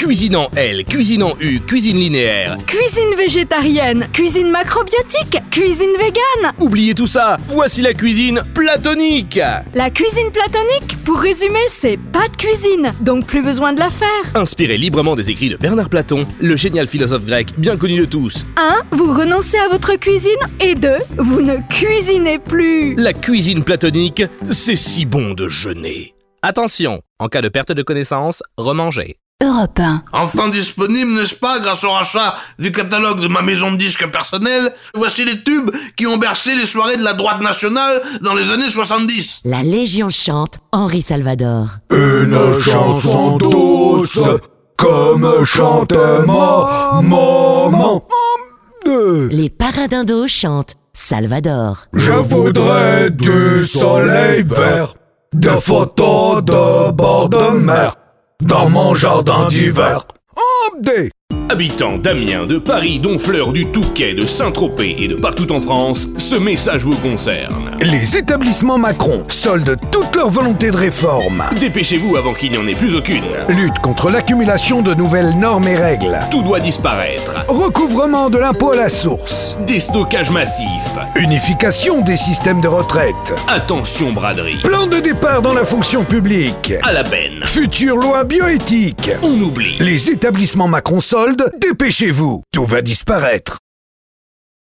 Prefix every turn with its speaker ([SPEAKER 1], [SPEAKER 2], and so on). [SPEAKER 1] Cuisinant L, Cuisinant U, Cuisine linéaire.
[SPEAKER 2] Cuisine végétarienne, cuisine macrobiotique, cuisine végane.
[SPEAKER 1] Oubliez tout ça, voici la cuisine platonique
[SPEAKER 2] La cuisine platonique, pour résumer, c'est pas de cuisine, donc plus besoin de la faire.
[SPEAKER 1] Inspiré librement des écrits de Bernard Platon, le génial philosophe grec bien connu de tous.
[SPEAKER 2] 1. Vous renoncez à votre cuisine et 2. Vous ne cuisinez plus.
[SPEAKER 1] La cuisine platonique, c'est si bon de jeûner. Attention, en cas de perte de connaissance, remanger.
[SPEAKER 3] Europe 1.
[SPEAKER 4] Enfin disponible, n'est-ce pas, grâce au rachat du catalogue de ma maison de disques personnelle, voici les tubes qui ont bercé les soirées de la droite nationale dans les années 70.
[SPEAKER 5] La Légion chante Henri Salvador.
[SPEAKER 6] Une chanson douce, comme chante ma maman.
[SPEAKER 5] Les Paradindos chantent Salvador.
[SPEAKER 6] Je voudrais du soleil vert, des photos de bord de mer, dans mon jardin d'hiver.
[SPEAKER 1] Habitants d'Amiens, de Paris, d'Honfleur, du Touquet, de Saint-Tropez et de partout en France, ce message vous concerne.
[SPEAKER 7] Les établissements Macron soldent toute leur volonté de réforme.
[SPEAKER 1] Dépêchez-vous avant qu'il n'y en ait plus aucune.
[SPEAKER 7] Lutte contre l'accumulation de nouvelles normes et règles.
[SPEAKER 1] Tout doit disparaître.
[SPEAKER 7] Recouvrement de l'impôt à la source.
[SPEAKER 1] Déstockage massif.
[SPEAKER 7] Unification des systèmes de retraite.
[SPEAKER 1] Attention braderie.
[SPEAKER 7] Plan de départ dans la fonction publique.
[SPEAKER 1] À la peine.
[SPEAKER 7] Future loi bioéthique.
[SPEAKER 1] On oublie.
[SPEAKER 7] Les établissements Macron soldent, dépêchez-vous. Tout va disparaître.